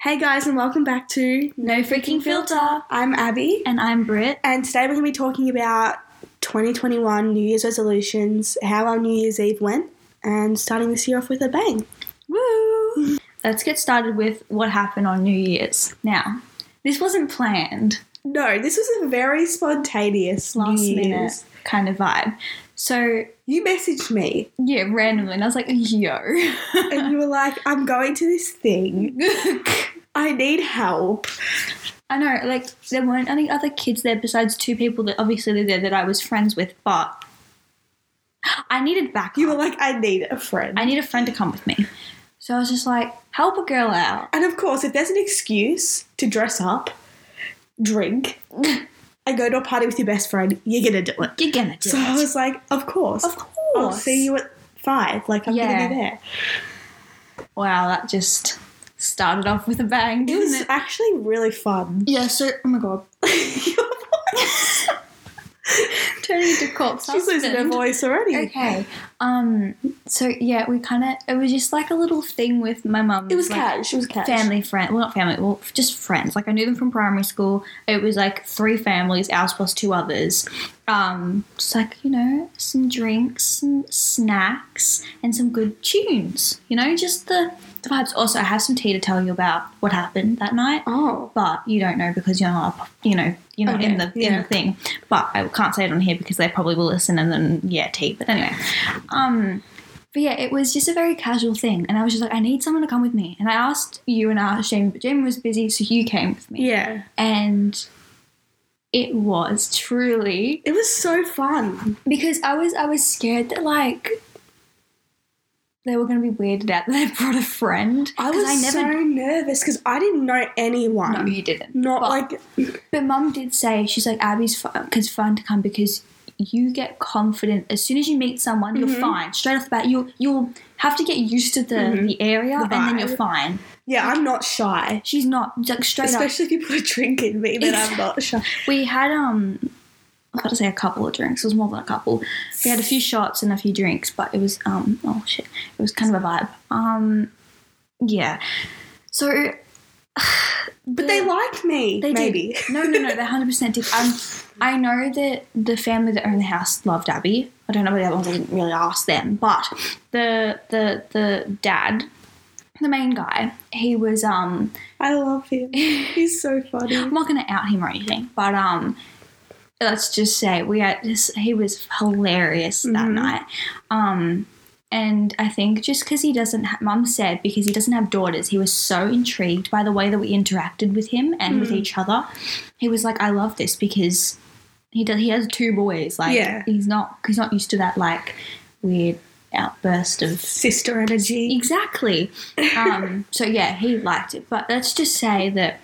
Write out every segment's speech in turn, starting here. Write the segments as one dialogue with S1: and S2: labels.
S1: Hey guys, and welcome back to
S2: No freaking filter.
S1: I'm Abby,
S2: And I'm Britt.
S1: and today we're going to be talking about 2021 New Year's resolutions, how our New Year's Eve went, and starting this year off with a bang.
S2: Woo! Let's get started with what happened on New Year's. Now, this wasn't planned
S1: No, this was a very spontaneous
S2: last
S1: New Year's.
S2: minute kind of vibe. So,
S1: You messaged me
S2: yeah, randomly, and I was like, yo.
S1: and you were like, "I'm going to this thing. I need help."
S2: I know, like, there weren't any other kids there besides two people that obviously were there that I was friends with, but I needed backup.
S1: You were like, "I need a friend."
S2: I need a friend to come with me. So I was just like, help a girl out.
S1: and of course, if there's an excuse to dress up, drink, and go to a party with your best friend, you're gonna do it.
S2: You're gonna do
S1: So I
S2: it.
S1: was like, of course.
S2: Of
S1: I'll
S2: course.
S1: see you at five. Like, I'm
S2: Yeah.
S1: going to be there.
S2: Wow, that just started off with a bang,
S1: It was
S2: didn't it?
S1: actually really fun.
S2: Yeah, so oh my god. Turning into corpse
S1: She's losing her
S2: husband.
S1: voice already.
S2: Okay. Um so yeah, we kinda it was just like a little thing with my mum.
S1: It was
S2: like,
S1: cash. It was cash.
S2: Family friend, well not family, well just friends. Like I knew them from primary school. It was like three families, ours plus two others. Um, just like you know, some drinks, some snacks, and some good tunes. You know, just the, the vibes. Also, I have some tea to tell you about what happened that night.
S1: Oh.
S2: but you don't know because you're not, you know, you're not in the
S1: Okay,
S2: in
S1: yeah.
S2: the thing. But I can't say it on here because they probably will listen and then yeah, tea. But anyway, um, but yeah, it was just a very casual thing, and I was just like, I need someone to come with me, and I asked you and I asked Jamie, but Jamie was busy, so you came with me,
S1: Yeah.
S2: and it was truly
S1: It was so fun.
S2: because I was I was scared that like. They were going to be weirded out that I brought a friend.
S1: I
S2: 'cause
S1: was
S2: never
S1: so nervous because I didn't know anyone.
S2: No, you didn't.
S1: Not
S2: But-
S1: like.
S2: But mum did say she's like Abby's fun, cause fun to come because you get confident as soon as you meet someone. You're
S1: Mhm.
S2: fine straight off the bat. You will you'll have to get used to the,
S1: Mhm.
S2: the area
S1: The
S2: and then
S1: vibe.
S2: you're fine.
S1: Yeah, I'm not shy.
S2: She's not it's like straight up.
S1: Especially if you put a drink in me, then I'm not shy.
S2: We had um, I gotta say a couple of drinks. It was more than a couple. We had a few shots and a few drinks, but it was um oh shit, it was kind of a vibe. Um, yeah. So,
S1: But they liked me.
S2: They
S1: maybe.
S2: did. No, no, no. They hundred percent did. Um, I know that the family that owned the house loved Abby. I don't know about the other ones. I didn't really ask them, but the the the dad, the main guy, he was um.
S1: I love him. He's so funny.
S2: I'm not gonna out him or anything, but um. Let's just say we had this. He was hilarious that
S1: Mhm.
S2: night. Um. And I think just because he doesn't, ha- Mum said, because he doesn't have daughters, he was so intrigued by the way that we interacted with him and with
S1: Mm.
S2: each other. He was like, "I love this because he does. He has two boys. Like,
S1: Yeah.
S2: he's not he's not used to that like weird outburst of
S1: Sister energy.
S2: exactly." Um, so yeah, he liked it. But let's just say that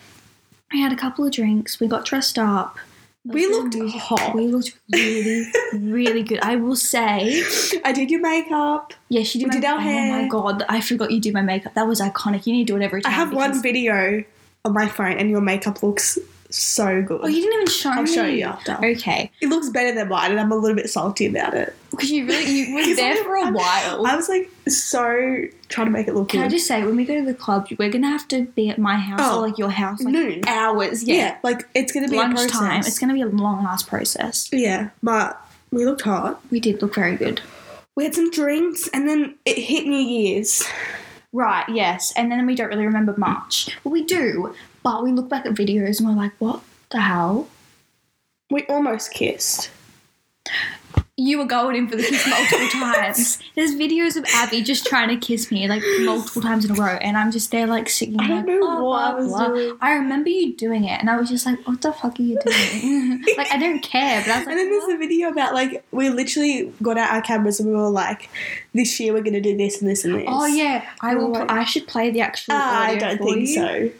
S2: we had a couple of drinks. We got dressed up.
S1: We looked hot.
S2: We looked really, really good. I will say.
S1: I did your makeup.
S2: Yeah, she did.
S1: We
S2: my,
S1: did our
S2: oh
S1: hair.
S2: my god, I forgot you did my makeup. That was iconic. You need to do it every
S1: I
S2: time.
S1: have one
S2: because-
S1: video on my phone, and your makeup looks so good.
S2: Oh, you didn't even show me.
S1: I'll show you after.
S2: Okay,
S1: It looks better than mine, and I'm a little bit salty about it.
S2: because you really you were
S1: 'Cause
S2: there for a
S1: I'm-
S2: while.
S1: I was like so trying to make it look
S2: Can I
S1: good.
S2: just say, when we go to the club, we're gonna have to be at my house
S1: Oh,
S2: or like your house, like
S1: noon.
S2: hours.
S1: yeah.
S2: Yeah,
S1: like it's gonna be a
S2: lunchtime.
S1: process.
S2: It's gonna be a long ass process.
S1: yeah, but we looked hot.
S2: We did look very good.
S1: We had some drinks, and then it hit New Year's.
S2: Right. Yes, and then we don't really remember much. Well, we do, but we look back at videos and we're like, what the hell?
S1: We almost kissed.
S2: You were going in for the kiss multiple times. There's videos of Abby just trying to kiss me like multiple times in a row, and I'm just there like singing.
S1: I don't
S2: like, "Oh,
S1: know
S2: blah,
S1: what I
S2: blah,
S1: was
S2: blah.
S1: doing.
S2: I remember you doing it, and I was just like, "What the fuck are you doing?" like I don't care, but I was like,
S1: And then there's
S2: "What?"
S1: a video about like we literally got out our cameras and we were like, this year we're gonna do this and this and this.
S2: "Oh yeah, I
S1: And
S2: will.
S1: we're
S2: pl-
S1: like-
S2: I should play the actual."
S1: Ah, I
S2: audio
S1: don't
S2: for
S1: think
S2: you.
S1: so.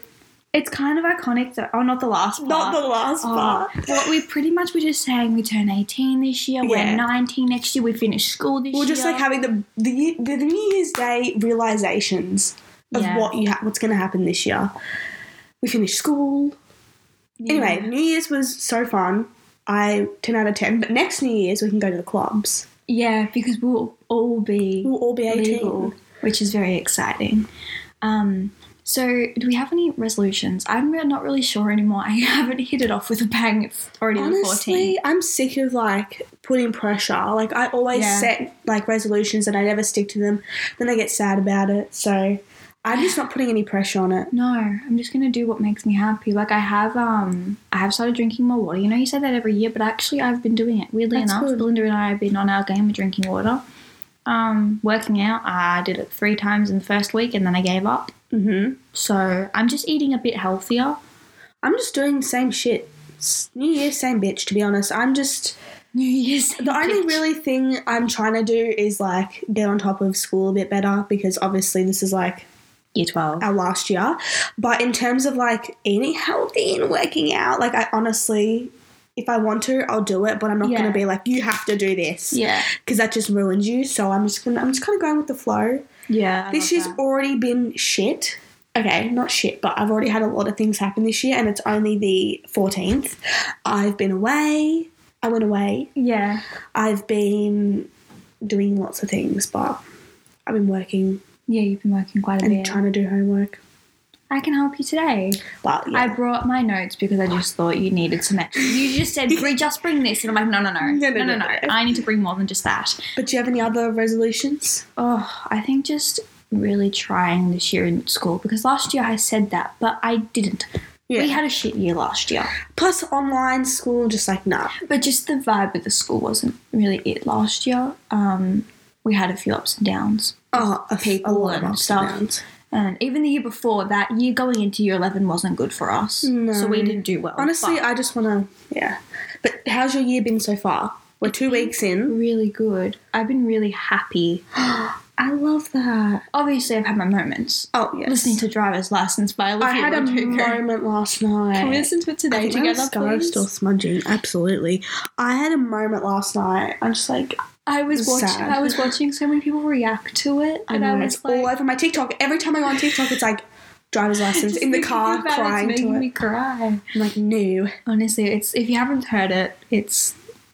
S2: It's kind of iconic though. Oh, not the last part.
S1: Not the last
S2: Oh,
S1: part.
S2: well, we pretty much were just saying we turn 18 this year,
S1: Yeah.
S2: we're 19 next year, we finish school this
S1: Well,
S2: year.
S1: just like having the the, the New Year's Day realizations of
S2: Yeah.
S1: what you ha- what's going to happen this year. We finished school. Anyway, New Year's was so fun. I ten out of ten. But next New Year's we can go to the clubs.
S2: Yeah, because we'll all be
S1: We'll all be eighteen.
S2: legal, which is very exciting. Um, So, do we have any resolutions? I'm re- not really sure anymore. I haven't hit it off with a bang. It's already the 14.
S1: Honestly, I'm sick of like putting pressure. Like I always
S2: Yeah.
S1: set like resolutions and I never stick to them. Then I get sad about it. So I'm just not putting any pressure on it.
S2: No, I'm just gonna do what makes me happy. Like I have, um, I have started drinking more water. You know, you say that every year, but actually, I've been doing it. Weirdly
S1: That's
S2: enough,
S1: good.
S2: Belinda and I have been on our game of drinking water. Um, working out, I did it three times in the first week, and then I gave up.
S1: hmm
S2: Mm-hmm. So I'm just eating a bit healthier.
S1: I'm just doing the same shit. S- New Year, same bitch. To be honest, I'm just
S2: New Year's.
S1: the only really thing I'm trying to do is like get on top of school a bit better because obviously this is like
S2: year twelve.
S1: our last year. But in terms of like eating healthy and working out, like I honestly, if I want to, I'll do it. But I'm not
S2: Yeah.
S1: gonna be like you have to do this
S2: Yeah,
S1: because that just ruins you. So I'm just gonna I'm just kind of going with the flow.
S2: yeah. I
S1: this
S2: love
S1: year's
S2: that.
S1: already been shit. Okay, not shit, but I've already had a lot of things happen this year, and it's only the 14th. I've been away. I went away.
S2: yeah.
S1: I've been doing lots of things, but I've been working
S2: Yeah, you've been working quite a
S1: and
S2: bit.
S1: trying to do homework.
S2: I can help you today.
S1: Well, yeah.
S2: I brought my notes because I just thought you needed some extra. You just said, "Bri- just bring this. And I'm like, no, no, no. No, no, no. I need to bring more than just that.
S1: But do you have any other resolutions?
S2: Oh, I think just really trying this year in school because last year I said that, but I didn't. We had a shit year last year.
S1: Plus online school, just like nah.
S2: But just the vibe of the school wasn't really it last year. Um, we had a few ups and downs.
S1: Oh, a, a
S2: People
S1: lot of
S2: and
S1: ups
S2: stuff.
S1: and downs.
S2: And even the year before, that year going into year 11 wasn't good for us.
S1: No.
S2: So we didn't do well.
S1: Honestly,
S2: but
S1: I just wanna yeah. But how's your year been so far? We're two weeks in.
S2: really good. I've been really happy.
S1: I love that.
S2: Obviously, I've had my moments.
S1: Oh yes.
S2: Listening to Driver's License by Olivia
S1: I had a
S2: Rodrigo.
S1: moment last night.
S2: Can we listen to it
S1: I
S2: today
S1: think my
S2: together,
S1: scarf's
S2: please?
S1: still smudging. Absolutely. I had a moment last night. I'm just like,
S2: I was
S1: It's
S2: watching.
S1: sad.
S2: I was watching so many people react to it,
S1: I
S2: and
S1: know
S2: I
S1: Mm, it's
S2: was like,
S1: all over my TikTok. Every time I go on TikTok, it's like driver's license
S2: just
S1: in the
S2: thinking
S1: car,
S2: about it, it's
S1: crying
S2: making
S1: to it.
S2: me cry.
S1: I'm like, no.
S2: Honestly, it's if you haven't heard it, it's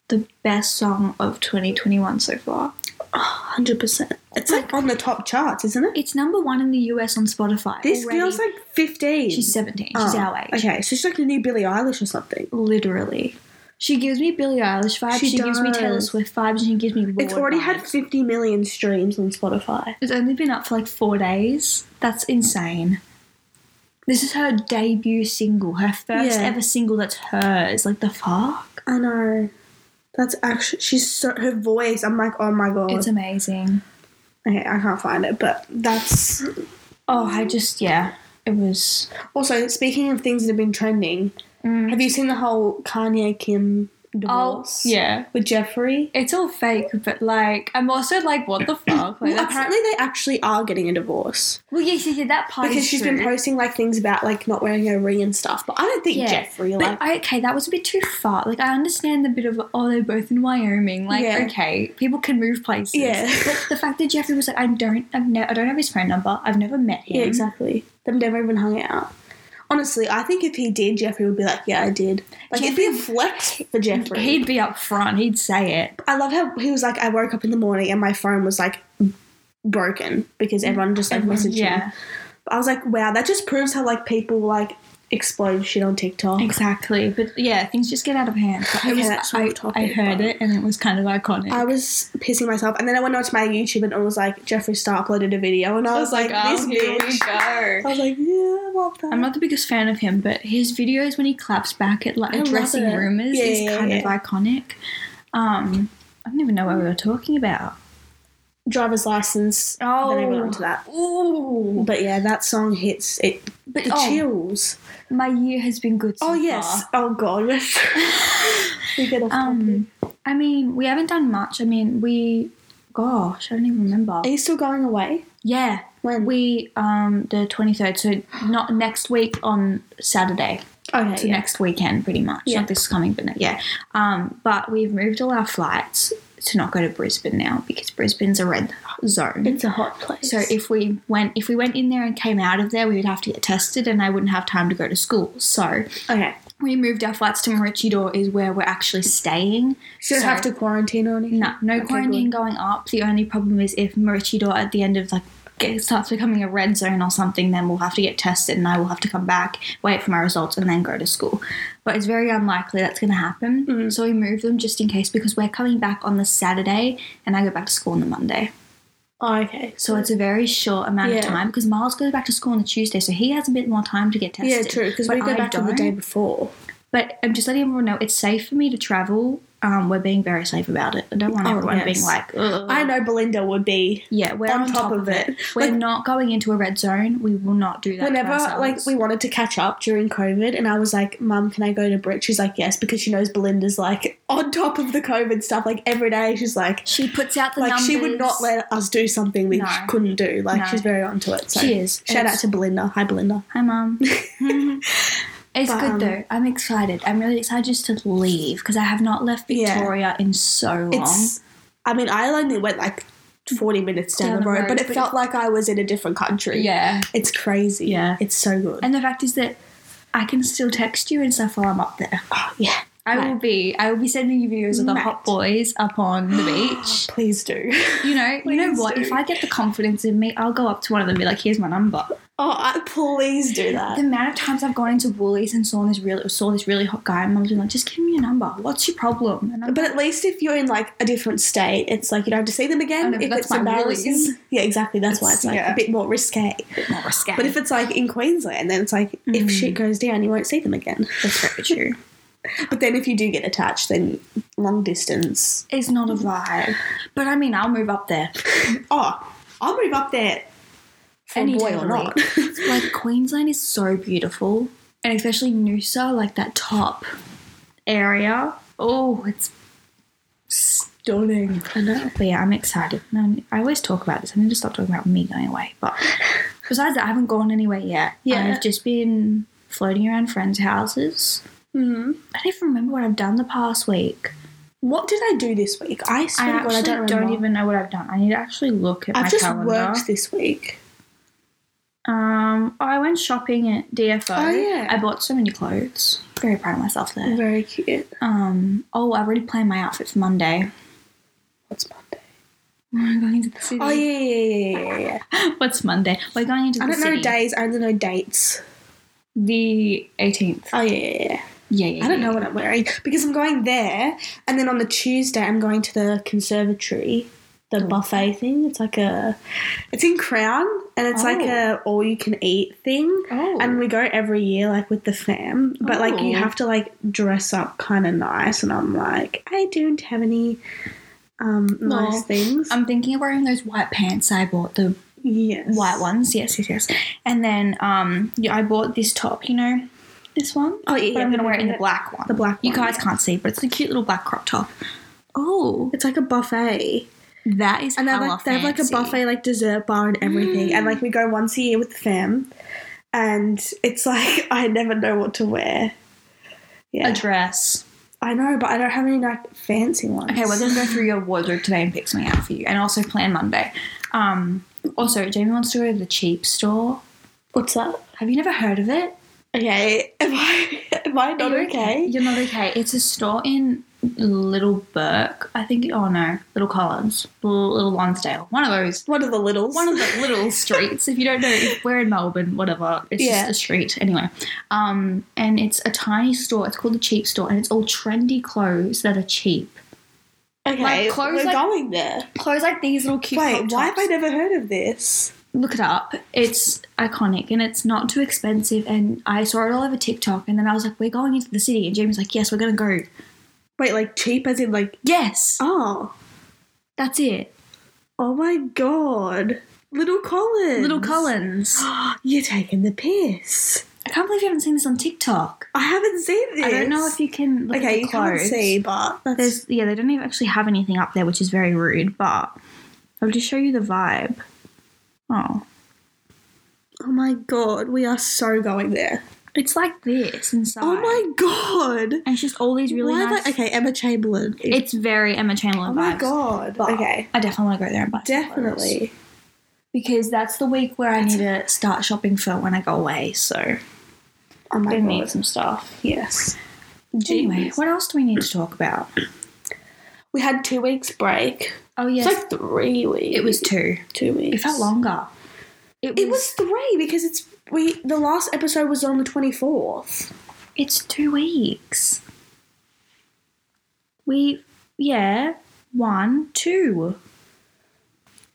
S2: the best song of 2021 so far.
S1: Hundred percent. It's like on the top charts, isn't it?
S2: It's number one in the US on Spotify.
S1: This
S2: already.
S1: girl's like fifteen.
S2: she's 17. She's
S1: Oh,
S2: our age.
S1: Okay, so she's like a new Billie Eilish or something.
S2: Literally. She gives me Billie Eilish vibes. She,
S1: She
S2: gives me Taylor
S1: does.
S2: Swift vibes. and She gives me. Lord
S1: it's already
S2: vibes.
S1: had fifty million streams on Spotify.
S2: It's only been up for like four days. That's insane. This is her debut single, her first
S1: Yeah.
S2: ever single that's hers. Like the fuck,
S1: I know. That's actually she's so her voice. I'm like, oh my god.
S2: it's amazing.
S1: okay, I can't find it, but that's
S2: Oh, I just yeah, it was.
S1: also speaking of things that have been trending.
S2: Mm.
S1: Have you seen the whole Kanye Kim
S2: Oh
S1: divorce?
S2: yeah,
S1: with Jeffrey.
S2: it's all fake, but like I'm also like, what the fuck? Like
S1: Well,
S2: that's
S1: apparently they actually are getting a divorce.
S2: well, yes, yes, yes, that part
S1: because
S2: is
S1: she's
S2: true.
S1: been posting like things about like not wearing her ring and stuff. But I don't think
S2: Yeah.
S1: Jeffrey
S2: But
S1: like
S2: I, okay, that was a bit too far. Like I understand the bit of oh they're both in Wyoming. Like
S1: Yeah.
S2: okay, people can move places.
S1: Yeah.
S2: But the fact that Jeffrey was like I don't I've ne- I don't have his phone number. I've never met him.
S1: yeah exactly. They've never even hung out. Honestly, I think if he did, Jeffrey would be like, "Yeah, I did." Like it'd be a flex for Jeffrey.
S2: He'd be up front. He'd say it.
S1: I love how he was like, "I woke up in the morning and my phone was like broken because everyone just like messaged him."
S2: yeah.
S1: I was like, "Wow, that just proves how like people like explode shit on TikTok."
S2: Exactly. But yeah, things just get out of hand. But I,
S1: Oh. Okay,
S2: was,
S1: that's
S2: I,
S1: off topic,
S2: I heard
S1: but-
S2: it and it was kind of iconic.
S1: I was pissing myself, and then I went onto my YouTube and it was like Jeffree Star uploaded a video, and I, was, like,
S2: oh,
S1: "This
S2: here we
S1: bitch."
S2: go.
S1: I was like, "Yeah, I love that."
S2: I'm not the biggest fan of him, but his videos when he claps back at like
S1: I love
S2: addressing
S1: it.
S2: rumors
S1: Yeah,
S2: is
S1: yeah,
S2: kind of
S1: yeah.
S2: iconic. Um, I don't even know what we were talking about.
S1: driver's license. Oh, then I went on to that.
S2: Ooh,
S1: But yeah, that song hits it.
S2: but
S1: The
S2: oh,
S1: chills.
S2: my year has been good. So
S1: Oh yes.
S2: far.
S1: Oh god. we get off
S2: Um, I mean, we haven't done much. I mean, we. Gosh, I don't even remember.
S1: topic. Are you still going away?
S2: Yeah,
S1: When?
S2: we um the twenty third. So not next week on Saturday.
S1: okay.
S2: to
S1: Yeah.
S2: next weekend, pretty much.
S1: Yeah.
S2: Not this coming, but ne- yeah. Um, but we've moved all our flights to not go to Brisbane now because Brisbane's a red zone.
S1: It's a hot place.
S2: So if we went if we went in there and came out of there, we would have to get tested, and I wouldn't have time to go to school. So
S1: okay,
S2: we moved our flights to Maroochydore, is where we're actually staying.
S1: should not
S2: So-
S1: have to quarantine or anything.
S2: No, no
S1: Okay,
S2: quarantine
S1: good.
S2: going up. The only problem is if Maroochydore at the end of like it starts becoming a red zone or something, then we'll have to get tested and I will have to come back, wait for my results, and then go to school. But it's very unlikely that's going to happen.
S1: Mhm.
S2: So we move them just in case because we're coming back on the Saturday and I go back to school on the Monday.
S1: Oh, okay.
S2: So it's a very short amount
S1: Yeah.
S2: of time because Miles goes back to school on the Tuesday, so he has a bit more time to get tested.
S1: yeah, true. Because
S2: But
S1: we go
S2: I
S1: back on the
S2: don't.
S1: day before.
S2: But I'm just letting everyone know it's safe for me to travel. Um, we're being very safe about it. I don't want
S1: Oh,
S2: everyone
S1: yes.
S2: being like, Ugh.
S1: I know Belinda would be
S2: Yeah, we're
S1: on, top, of it.
S2: We're
S1: Like,
S2: not going into a red zone. We will not do that. to
S1: whenever like
S2: ourselves.
S1: we wanted to catch up during COVID, and I was like, "Mum, can I go to Brit?" She's like, "Yes," because she knows Belinda's like on top of the COVID stuff. Like every day, she's like,
S2: she puts out the
S1: like
S2: numbers.
S1: she would not let us do something we
S2: No.
S1: couldn't do. Like
S2: No.
S1: she's very onto it. So.
S2: She is.
S1: Shout out
S2: It's-
S1: to Belinda. Hi, Belinda.
S2: Hi, mom. it's
S1: But,
S2: good
S1: um,
S2: though. I'm excited. I'm really excited just to leave because I have not left
S1: Yeah.
S2: Victoria in so long.
S1: It's. I mean, I only went like. 40 minutes down, the road, but it felt like I was in a different country.
S2: yeah,
S1: It's crazy.
S2: Yeah.
S1: It's so good.
S2: and the fact is that I can still text you and stuff while I'm up there.
S1: oh, yeah.
S2: I
S1: Right.
S2: will be. I will be sending you videos of the
S1: Right.
S2: hot boys up on the beach.
S1: Please do.
S2: You know, you know
S1: Please
S2: what?
S1: do.
S2: If I get the confidence in me, I'll go up to one of them and be like, "Here's my number."
S1: Oh, I, please do that.
S2: The amount of times I've gone into Woolies and saw this really saw this really hot guy, and mum's been like, "Just give me your number. What's your problem?" And I'm
S1: But at least if you're in like a different state, it's like you don't have to see them
S2: I
S1: again.
S2: know, but
S1: if
S2: that's
S1: it's
S2: my
S1: embarrassing,
S2: willies.
S1: yeah, exactly. That's why
S2: It's-
S1: it's like
S2: yeah.
S1: a bit more risque.
S2: a bit more risque.
S1: But if it's like in Queensland, then it's like
S2: Mm.
S1: if shit goes down, you won't see them again.
S2: that's very true,
S1: But then if you do get attached, then long distance.
S2: it's not a vibe. But I mean, I'll move up there.
S1: Oh, I'll move up there. For
S2: Any
S1: a boy
S2: day of
S1: or
S2: the
S1: not?
S2: like Queensland is so beautiful, and especially Noosa, like that top area. Oh, it's stunning.
S1: I know.
S2: But yeah, I'm excited. No, I always talk about this. I need to stop talking about me going away. But besides that, I haven't gone anywhere yet.
S1: Yeah.
S2: I've just been floating around friends' houses.
S1: hmm
S2: I don't even remember what I've done the past week.
S1: What did I do this week? I
S2: I
S1: swear to God,
S2: actually
S1: I
S2: don't,
S1: don't, remember.
S2: even know what I've done. I need to actually look at my
S1: I've just
S2: calendar.
S1: worked this week.
S2: Um, oh, I went shopping at DFO.
S1: Oh, yeah.
S2: I bought so many clothes. Very proud of myself there.
S1: Very cute.
S2: Um, oh, I already planned my outfit for Monday.
S1: What's Monday?
S2: We're going to the city.
S1: Oh yeah, yeah, yeah, yeah, yeah.
S2: What's Monday? We're going into the
S1: I don't
S2: city.
S1: know days. I only know dates.
S2: The 18th.
S1: Oh yeah, yeah, yeah.
S2: Yeah, yeah.
S1: I don't
S2: yeah,
S1: know what I'm wearing because I'm going there, and then on the Tuesday I'm going to the conservatory, the
S2: Oh.
S1: buffet thing. It's like a, it's in Crown, and it's like
S2: Oh.
S1: a all you can eat thing.
S2: Oh.
S1: And we go every year, like with the fam, but like you
S2: Oh.
S1: have to like dress up kind of nice, and I'm like, I don't have any um nice
S2: No.
S1: things.
S2: I'm thinking of wearing those white pants I bought, the
S1: yes,
S2: white ones. Yes, yes, yes. And then um, yeah, I bought this top, you know, this one.
S1: Oh yeah,
S2: But
S1: yeah,
S2: I'm going to wear it in the
S1: yeah.
S2: black one.
S1: The black
S2: You
S1: one,
S2: guys
S1: yeah.
S2: can't see, but it's a cute little black crop top. Oh,
S1: It's like a buffet.
S2: that is
S1: And they have,
S2: hella
S1: like, they have like a
S2: fancy.
S1: buffet, like dessert bar and everything. And like we go once a year with the fam, and it's like I never know what to wear.
S2: A
S1: Yeah,
S2: dress.
S1: I know, but I don't have any like fancy ones.
S2: Okay, we're gonna go through your wardrobe today and pick something out for you, and also plan Monday. Um, also, Jamie wants to go to the cheap store.
S1: What's that?
S2: Have you never heard of it?
S1: Okay, am I am I not
S2: Are you
S1: okay?
S2: You're not okay. It's a store in Little Burke, I think. Oh no, Little Collins, Little, Little Lonsdale, one of those.
S1: One of the littles.
S2: One of the little streets, if you don't know, if we're in Melbourne, whatever. It's
S1: Yeah.
S2: just a street, anyway. Um, and it's a tiny store. It's called the Cheap Store, and it's all trendy clothes that are cheap.
S1: okay,
S2: like, clothes
S1: we're
S2: like-
S1: going there.
S2: Clothes like these little cute. crop
S1: Wait, why have
S2: tops.
S1: I never heard of this?
S2: look it up. It's iconic and it's not too expensive. And I saw it all over TikTok. And then I was like, we're going into the city. And Jamie's like, yes, we're going to go.
S1: Wait, like cheap as in like
S2: Yes,
S1: oh
S2: that's it.
S1: oh my god, little Collins,
S2: Little Collins.
S1: You're taking the piss.
S2: I can't believe you haven't seen this on TikTok.
S1: I haven't seen this.
S2: I don't know if you can look at
S1: okay,
S2: the
S1: you
S2: clothes.
S1: can't see, but that's,
S2: There's, yeah, they don't even actually have anything up there, which is very rude. But I'll just show you the vibe. Oh,
S1: oh my god, we are so going there.
S2: it's like this inside.
S1: Oh my god,
S2: And it's just all these really
S1: why?
S2: nice.
S1: Nice. okay, Emma Chamberlain.
S2: It's very Emma Chamberlain
S1: oh my
S2: vibes.
S1: god.
S2: But
S1: okay,
S2: I definitely want to go there and buy some clothes.
S1: definitely.
S2: because that's the week where I need to start shopping for when I go away. So
S1: Oh my
S2: I
S1: god.
S2: need some stuff.
S1: Yes.
S2: Anyway,
S1: Jeez.
S2: what else do we need to talk about?
S1: we had two weeks break.
S2: Oh yes,
S1: It's like three weeks.
S2: it was two.
S1: two weeks.
S2: It felt longer. It was,
S1: It was three because it's we. The last episode was on the twenty fourth.
S2: It's two weeks. We. Yeah. One, two.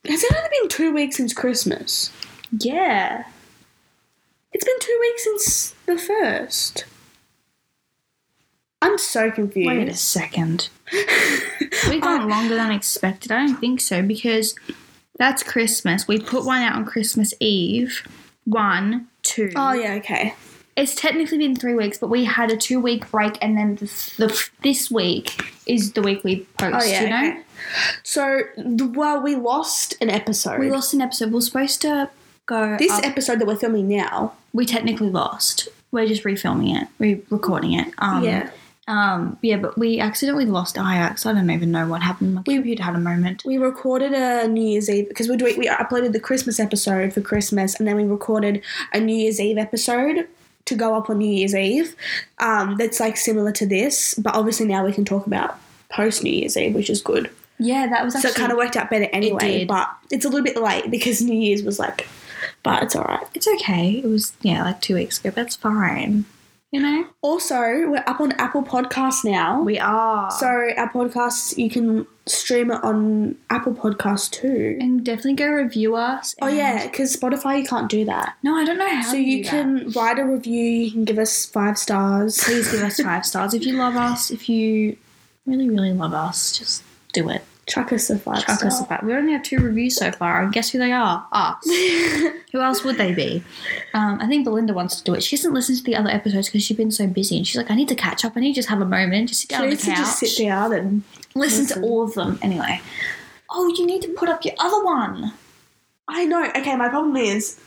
S1: Has it only been two weeks since Christmas?
S2: Yeah.
S1: It's been two weeks since the first. I'm so confused.
S2: Wait a second.
S1: Oh.
S2: We've gone longer than expected. I don't think so because that's Christmas. We put one out on Christmas Eve. One, two.
S1: oh yeah, okay.
S2: It's technically been three weeks, but we had a two week break, and then the, the this week is the week we post.
S1: Oh, yeah,
S2: you know,
S1: okay. So the, well, we lost an episode.
S2: we lost an episode. We are supposed to go.
S1: this
S2: up-
S1: episode that we're filming now.
S2: we technically lost. We're just refilming it, re recording it. Um, Um, yeah, but we accidentally lost Ajax. I don't even know what happened. My computer had a moment.
S1: We recorded a New Year's Eve because we do, we uploaded the Christmas episode for Christmas, and then we recorded a New Year's Eve episode to go up on New Year's Eve. Um, that's like similar to this, but obviously now we can talk about post New Year's Eve, which is good.
S2: Yeah, that was
S1: so
S2: actually
S1: it kind of worked out better anyway.
S2: did.
S1: But it's a little bit late because New Year's was like, but it's all right.
S2: It's okay. It was yeah, like two weeks ago. That's fine. You know,
S1: Also, we're up on Apple Podcasts now.
S2: we are.
S1: so
S2: So
S1: our podcasts, you can stream it on Apple Podcasts too.
S2: and definitely go review us.
S1: Oh
S2: and-
S1: yeah, because Spotify you can't do that.
S2: No, I don't know how.
S1: so
S2: to
S1: you
S2: do that.
S1: can write a review. You can give us five stars.
S2: please give us five stars if you love us. If you really really love us, just do it.
S1: chuck us a five.
S2: Chuck
S1: star.
S2: us a five. We only have two reviews so far, and guess who they are? Us. who else would they be? Um, I think Belinda wants to do it. She hasn't listened to the other episodes because she's been so busy, and she's like, I need to catch up. I need to just have a moment, just sit
S1: She
S2: down on the
S1: needs to
S2: couch,
S1: just sit down and
S2: listen,
S1: Listen.
S2: to all of them. Anyway. Oh, you need to put up your other one.
S1: I know. Okay, my problem is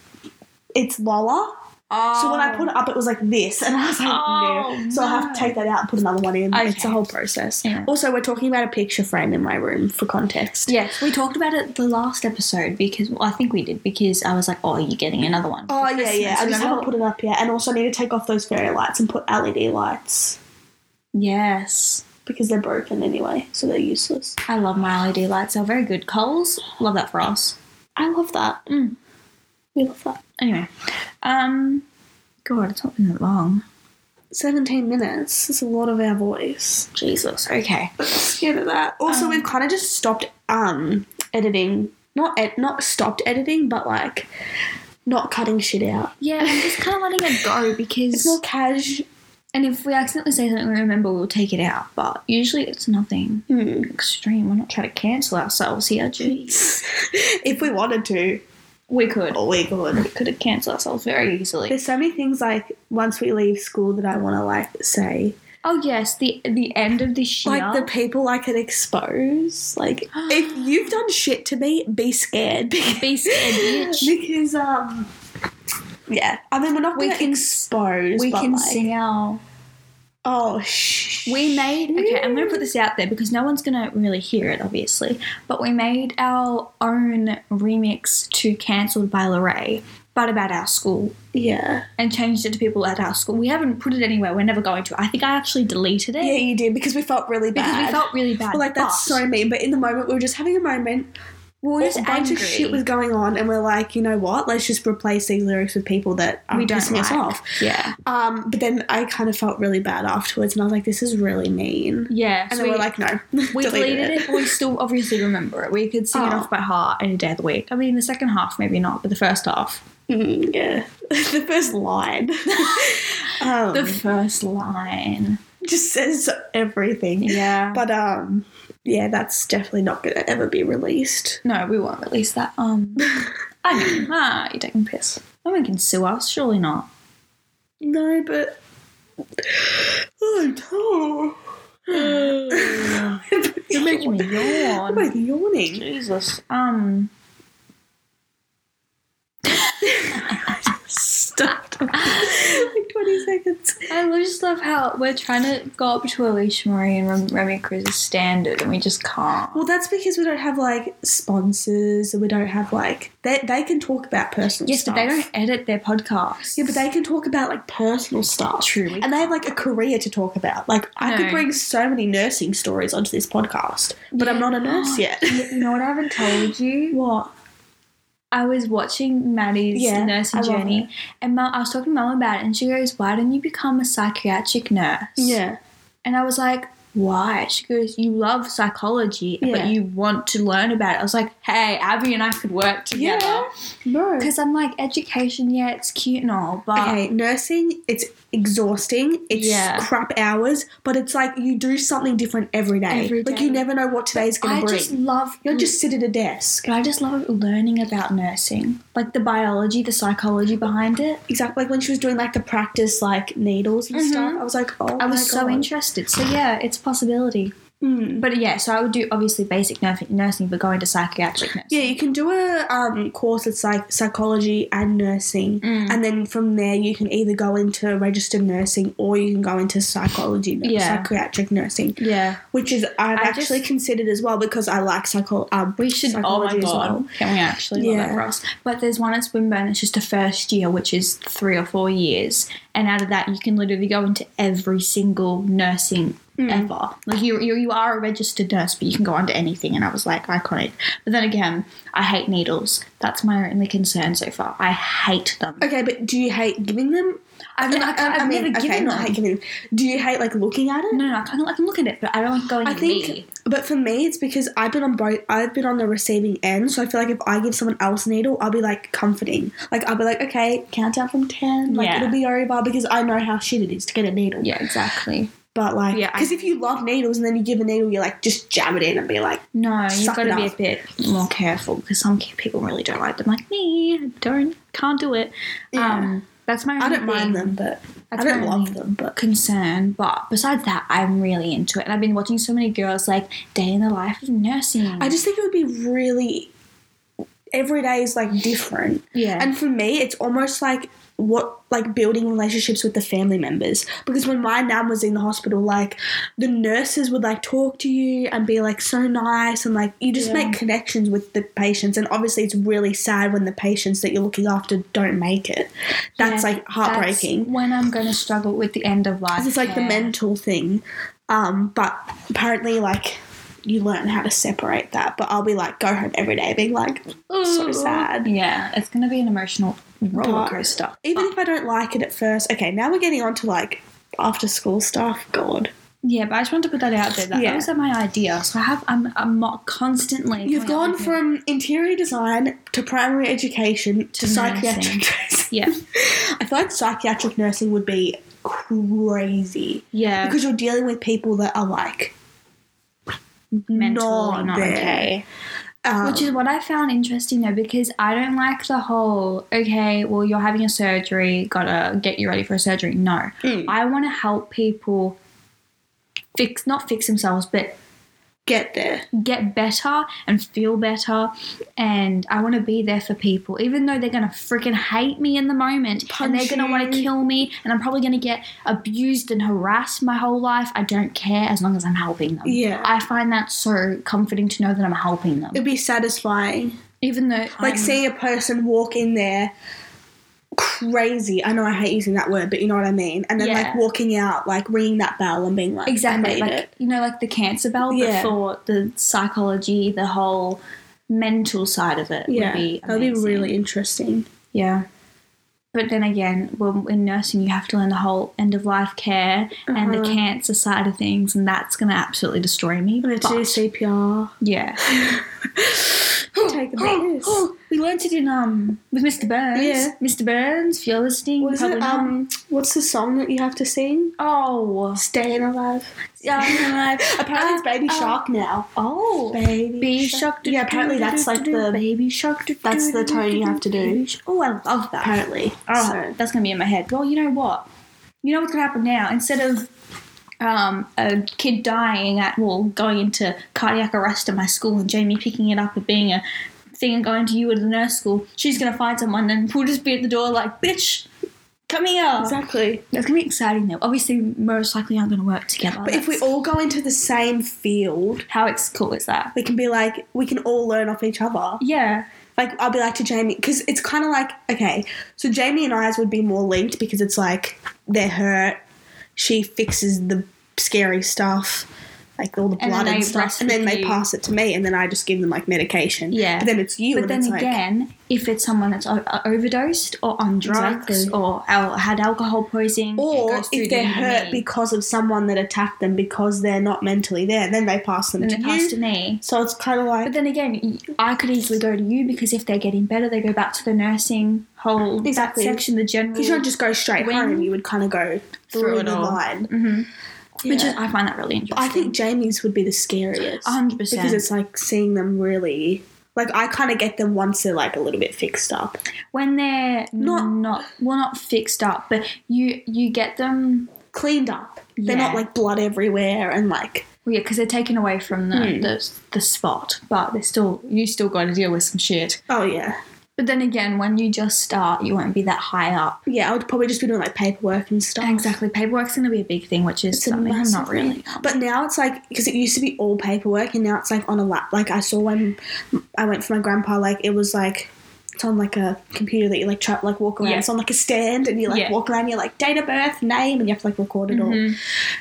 S1: it's lower.
S2: Oh.
S1: So when I put it up, it was like this, and I was like,
S2: Oh,
S1: no. So I have to
S2: no.
S1: take that out and put another one in. It's a
S2: Okay.
S1: whole process.
S2: Yeah.
S1: Also, we're talking about a picture frame in my room for context.
S2: Yes, we talked about it the last episode because well, I think we did because I was like, "Oh, you're getting another one."
S1: Oh
S2: for
S1: yeah,
S2: Christmas,"
S1: yeah. I just
S2: remember?
S1: haven't put it up yet, and also I need to take off those fairy lights and put LED lights
S2: Yes,
S1: because they're broken anyway, so they're useless.
S2: I love my LED lights. They're very good. Coles, love that for us.
S1: I love that.
S2: Mm.
S1: We love that.
S2: Anyway, um, God, it's not been that long.
S1: Seventeen minutes is a lot of our voice.
S2: Jesus. Okay.
S1: scared of that. Also,
S2: Um,
S1: we've kind of just stopped um editing. Not ed- not stopped editing, but like not cutting shit out.
S2: Yeah, I'm just kind of letting it go
S1: It's
S2: because,
S1: more cash.
S2: and if we accidentally say something, we remember we'll take it out. But usually, it's nothing
S1: Hmm.
S2: extreme. We're not trying to cancel ourselves here. Jeez,
S1: if we wanted to,
S2: we could.
S1: we could.
S2: We could have cancelled ourselves very easily.
S1: There's so many things like once we leave school that I want to like say,
S2: Oh yes, the the end of this year.
S1: like the people I could expose. Like if you've done shit to me, be scared.
S2: Be scared, bitch.
S1: because um, yeah. I mean, we're not
S2: We
S1: going to
S2: can-
S1: expose.
S2: we
S1: but,
S2: can
S1: like,
S2: sing our.
S1: Oh shh.
S2: We made okay. I'm gonna put this out there because no one's gonna really hear it, obviously. But we made our own remix to "Cancelled by Lorraine," but about our school
S1: Yeah.
S2: and changed it to people at our school. We haven't put it anywhere. We're never going to. I think I actually deleted it
S1: Yeah, you did because we felt really
S2: because
S1: bad.
S2: we felt really bad.
S1: We're like that's
S2: but
S1: so mean. But in the moment, we were just having a moment.
S2: we were
S1: All
S2: just
S1: a bunch of
S2: angry.
S1: shit was going on, and we're like, you know what? Let's just replace these lyrics with people that are
S2: we don't
S1: pissing us
S2: like.
S1: off.
S2: Yeah,
S1: Um, but then I kind of felt really bad afterwards, and I was like, this is really mean.
S2: yeah.
S1: And
S2: so
S1: then we,
S2: we
S1: are like, no,
S2: We deleted, it. but we still obviously remember it. We could sing it
S1: Oh.
S2: off by heart any day of the week. I mean, the second half maybe not, but the first half.
S1: Mm, yeah, the first line um,
S2: The first line.
S1: just says everything.
S2: Yeah. But
S1: But um, yeah, that's definitely not going to ever be released.
S2: no, we won't release that. Um, I mean, ah, you're taking piss. No one can sue us. Surely not.
S1: No, but I'm tired.
S2: You're making me
S1: I'm
S2: yawn.
S1: both yawning.
S2: Jesus. Um.
S1: Stop. like 20 seconds.
S2: I just love how we're trying to go up to Alicia Marie and Rem- Remy Cruz's standard, and we just can't.
S1: Well, that's because we don't have like sponsors. We don't have like they they can talk about personal.
S2: Yes,
S1: stuff.
S2: but they don't edit their podcasts.
S1: Yeah, but they can talk about like personal stuff.
S2: Truly.
S1: And they have like a career to talk about. Like I could
S2: No.
S1: bring so many nursing stories onto this podcast, but I'm
S2: Yeah.
S1: not a nurse yet.
S2: You know what I haven't told you?
S1: what?
S2: I was watching Maddie's
S1: Yeah, I
S2: nursing
S1: love
S2: journey, and Mum, I was talking to Mum about it, and she goes, "Why don't you become a psychiatric nurse?"
S1: Yeah.
S2: and I was like, "Why?" She goes, "You love psychology,
S1: Yeah.
S2: but you want to learn about it." I was like, "Hey, Abby and I could work together."
S1: Yeah. Bro.
S2: Because I'm like, education, yeah, it's cute and all, but
S1: Okay, nursing, it's exhausting. It's
S2: Ah. Yeah.
S1: crap hours, but it's like you do something different every day.
S2: Every
S1: Like you
S2: day.
S1: never know what today's going
S2: I
S1: to bring.
S2: just Mm. love
S1: You'll just sit at a desk.
S2: I just love learning about nursing, like the biology, the psychology behind it.
S1: Exactly. Like when she was doing like the practice, like needles and stuff, I was like, oh,
S2: Mm-hmm. I was
S1: my
S2: so
S1: God.
S2: interested. So yeah, it's a possibility.
S1: Mm.
S2: But yeah, so I would do obviously basic nur- nursing, but going to psychiatric nursing.
S1: Yeah, you can do a um, course that's like psychology and nursing,
S2: Mm.
S1: and then from there you can either go into registered nursing or you can go into psychology,
S2: Yeah.
S1: psychiatric nursing,
S2: yeah.
S1: which is I've
S2: I just-
S1: actually considered as well because I like psycho. Um,
S2: We should. Oh
S1: psychology
S2: my
S1: as
S2: god!
S1: well.
S2: Can we actually love
S1: Yeah.
S2: that for us? But there's one at Swinburne. It's just a first year, which is three or four years, and out of that, you can literally go into every single nursing
S1: Hmm.
S2: ever. Like you, you, you are a registered nurse, but you can go onto anything. And I was like, iconic. But then again, I hate needles. That's my only concern so far. I hate them.
S1: Okay, but do you hate giving them?
S2: I've, never,
S1: I- I
S2: I've
S1: mean,
S2: never
S1: okay,
S2: given
S1: not
S2: them.
S1: hate giving them. Do you hate like looking at it?
S2: no, no, I can, I can look at it, but I don't like going.
S1: I
S2: in
S1: think,
S2: me.
S1: but for me, it's because I've been on both. I've been on the receiving end, so I feel like if I give someone else a needle, I'll be like comforting. Like I'll be like, okay, count down from ten. Like
S2: Yeah.
S1: it'll be over because I know how shit it is to get a needle.
S2: Yeah, exactly.
S1: But like,
S2: Yeah, I-
S1: because if you love needles and then you give a needle, you're like just jab it in and be like,
S2: No,
S1: Suck
S2: you've got to
S1: it
S2: be a
S1: up.
S2: bit more careful because some ki- people really don't like them. Like me, I don't, can't do it.
S1: Yeah.
S2: Um, that's my.
S1: I
S2: only
S1: don't mind
S2: thing.
S1: them, but
S2: That's
S1: I don't
S2: my
S1: love
S2: only
S1: them, but.
S2: Concern, but besides that, I'm really into it, and I've been watching so many girls like day in the life of nursing.
S1: I just think it would be really. Every day is like different.
S2: yeah,
S1: And for me, it's almost like what like building relationships with the family members because when my nan was in the hospital like the nurses would like talk to you and be like so nice and like you just
S2: Yeah.
S1: make connections with the patients and obviously it's really sad when the patients that you're looking after don't make it that's
S2: Yeah,
S1: like heartbreaking
S2: That's when I'm going to struggle with the end of life.
S1: it's like the
S2: care.
S1: mental thing um but apparently like you learn how to separate that but i'll be like go home every day being like so
S2: Ooh.
S1: sad
S2: Yeah, it's going to be an emotional roller
S1: But-
S2: coaster.
S1: even if I don't like it at first, okay, now we're getting on to like after school stuff. God.
S2: Yeah, but I just wanted to put that out there. That,
S1: Yeah.
S2: that was uh, my idea. So I have, I'm, I'm mo- constantly.
S1: You've
S2: coming up
S1: gone
S2: with new-
S1: from interior design to primary education to,
S2: To
S1: psychiatric nursing.
S2: Yeah,
S1: I feel like psychiatric nursing would be crazy
S2: yeah.
S1: because you're dealing with people that are like
S2: mentally
S1: not
S2: not
S1: there.
S2: okay.
S1: um,
S2: Which is what I found interesting though, because I don't like the whole, okay, well, you're having a surgery, gotta get you ready for a surgery. No.
S1: Mm.
S2: I wanna help people fix, not fix themselves, but
S1: get there.
S2: get better and feel better. And I wanna be there for people, even though they're gonna freaking hate me in the moment
S1: Punch
S2: and they're gonna wanna
S1: you.
S2: kill me and I'm probably gonna get abused and harassed my whole life. I don't care as long as I'm helping them.
S1: Yeah.
S2: I find that so comforting to know that I'm helping them.
S1: It'd be satisfying.
S2: Even though,
S1: Like
S2: I'm-
S1: seeing a person walk in there crazy. I know I hate using that word, but you know what I mean. And then
S2: Yeah.
S1: like walking out, like ringing that bell and being like, I
S2: exactly
S1: made
S2: like
S1: it.
S2: you know, like the cancer bell,
S1: Yeah.
S2: but for the psychology, the whole mental side of it
S1: Yeah,
S2: would be
S1: that would be
S2: amazing.
S1: really interesting.
S2: yeah. But then again, well, in nursing, you have to learn the whole end of life care and the
S1: Uh-huh.
S2: cancer side of things, and that's gonna absolutely destroy me.
S1: I'm gonna do
S2: But,
S1: CPR.
S2: yeah,
S1: Take a minute.
S2: we learned it in um with Mr. Burns.
S1: Yeah.
S2: Mr. Burns, if you're listening,
S1: What is
S2: probably
S1: it?
S2: not.
S1: Um, what's the song that you have to sing?
S2: oh,
S1: Staying alive.
S2: yeah, I'm alive.
S1: Apparently, it's Baby
S2: Uh, uh,
S1: Shark now.
S2: Oh,
S1: Baby,
S2: Baby shark.
S1: Yeah, apparently that's like the.
S2: baby shark. do-
S1: That's the tone you have to do.
S2: Oh, I love that.
S1: Apparently.
S2: Oh,
S1: So,
S2: that's gonna be in my head. Well, you know what? You know what's gonna happen now? Instead of um, a kid dying at well, going into cardiac arrest at my school, and Jamie picking it up and being a thing and going to you at the nurse school, she's gonna find someone, and we'll just be at the door like, "Bitch, come here."
S1: exactly.
S2: That's gonna be exciting though. Obviously, most likely aren't gonna work together.
S1: But if we
S2: That's-
S1: all go into the same field,
S2: how it's cool is that?
S1: we can be like, we can all learn off each other.
S2: Yeah.
S1: like I'll be like to Jamie because it's kind of like okay, so Jamie and I's would be more linked because it's like they're hurt, she fixes the scary stuff, like all the
S2: And
S1: blood
S2: then
S1: and,
S2: they
S1: stuff, and
S2: recipe
S1: then they
S2: you.
S1: pass it to me, and then I just give them like medication.
S2: Yeah.
S1: but then it's you,
S2: But
S1: and
S2: then
S1: it's like
S2: again, if it's someone that's o- o- overdosed or on drugs
S1: Exactly.
S2: or al- had alcohol poisoning, it
S1: or
S2: goes through
S1: if they're
S2: the
S1: hurt
S2: knee.
S1: because of someone that attacked them because they're not mentally there, then they pass them
S2: then
S1: to
S2: it
S1: you.
S2: passed to me.
S1: so it's kind of
S2: But
S1: like
S2: then again, y- I could easily go to you because if they're getting better, they go back to the nursing whole
S1: Exactly.
S2: that section, the general.
S1: because you don't just go straight
S2: When-
S1: home; you would kind of go through,
S2: Through it
S1: the
S2: all.
S1: line.
S2: hmm Which
S1: Yeah.
S2: is, I find that really interesting.
S1: I think Jamie's would be the scariest.
S2: hundred
S1: because
S2: percent.
S1: it's like seeing them really like I kind of get them once they're like a little bit fixed up.
S2: When they're
S1: Not-
S2: not not well, not fixed up, but you you get them
S1: Cleaned up. They're not
S2: Yeah.
S1: like blood everywhere and like
S2: Well, yeah, because they're taken away from the,
S1: Hmm.
S2: the the spot, but they still you still got to deal with some shit.
S1: oh yeah.
S2: But then again, when you just start, you won't be that high up.
S1: Yeah, I would probably just be doing like paperwork and stuff.
S2: Exactly, paperwork's going to be a big thing, which is
S1: It's a
S2: something I'm
S1: massive
S2: not really.
S1: thing. But now it's like because it used to be all paperwork and now it's like on a lap. Like I saw when I went for my grandpa, like it was like it's on like a computer that you like try like walk around.
S2: Yeah.
S1: It's on like a stand and you like
S2: Yeah.
S1: walk around. You're like date of birth, name, and you have to like record it all
S2: Mhm.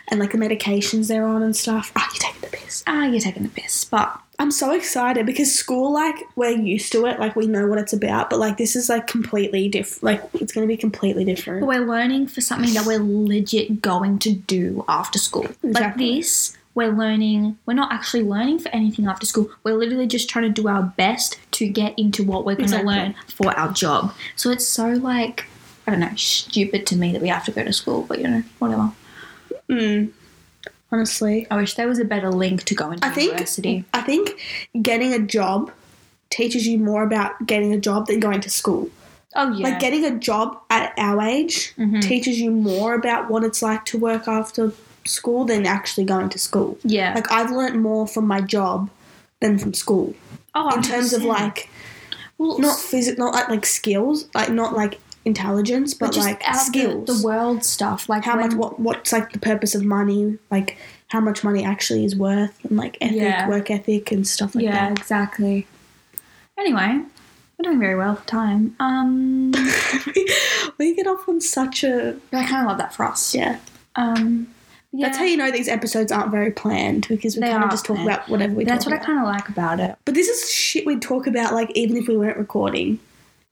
S1: and like the medications they're on and stuff. Ah, you're taking the piss.
S2: Ah, you're taking the piss, but
S1: I'm so excited because school, like, we're used to it, like, we know what it's about, but like, this is like completely different. Like, it's going to be completely
S2: but
S1: different.
S2: we're learning for something that we're legit going to do after school. Like
S1: Exactly.
S2: this, we're learning. We're not actually learning for anything after school. We're literally just trying to do our best to get into what we're going
S1: Exactly.
S2: to learn for our job. So it's so like I don't know, stupid to me that we have to go to school. But you know, whatever.
S1: Mm. Honestly,
S2: I wish there was a better link to go into
S1: I think
S2: university.
S1: I think getting a job teaches you more about getting a job than going to school.
S2: Oh yeah,
S1: Like, getting a job at our age
S2: Mhm.
S1: teaches you more about what it's like to work after school than actually going to school.
S2: yeah.
S1: Like, I've learned more from my job than from school
S2: oh,
S1: in terms of
S2: 100%.
S1: like
S2: well,
S1: not physical, not like, like skills, like not like intelligence, but,
S2: just
S1: like
S2: out the-
S1: skills.
S2: the, world stuff. Like
S1: how
S2: when-
S1: much? What? What's like the purpose of money? Like how much money actually is worth, and like ethic,
S2: Yeah.
S1: work ethic, and stuff like
S2: yeah, exactly. Anyway, we're doing very well for time. Um, but
S1: that. we get off on such a
S2: I kind of love that for us.
S1: yeah.
S2: Um, yeah,
S1: That's how you know these episodes aren't very planned because we
S2: They
S1: kind of
S2: aren't
S1: just talk
S2: planned.
S1: about whatever we.
S2: that's
S1: talk
S2: what I
S1: about.
S2: kind of like about it.
S1: But this is shit we'd talk about like even if we weren't recording.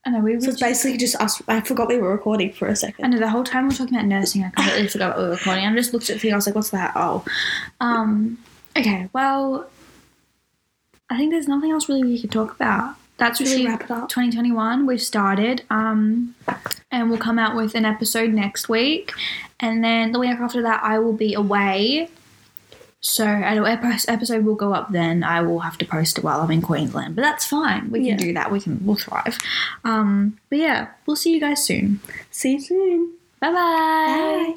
S2: I know we were.
S1: So it's basically just us. I forgot we were recording for a
S2: I
S1: second.
S2: know the whole time we we're talking about nursing, I completely forgot what we were recording. I just looked at the thing. I was like, "What's that?" Oh, um, okay. Well, I think there's nothing else really we can talk about. That's
S1: We should
S2: really
S1: wrap it up.
S2: 2021. We've started, um, and we'll come out with an episode next week, and then the week after that, I will be away. So an ep- episode will go up then. I will have to post it while I'm in Queensland, but that's fine. We can
S1: Yeah.
S2: do that. We can. We'll thrive. Um, but yeah, we'll see you guys soon.
S1: See you soon.
S2: Bye-bye.
S1: Bye.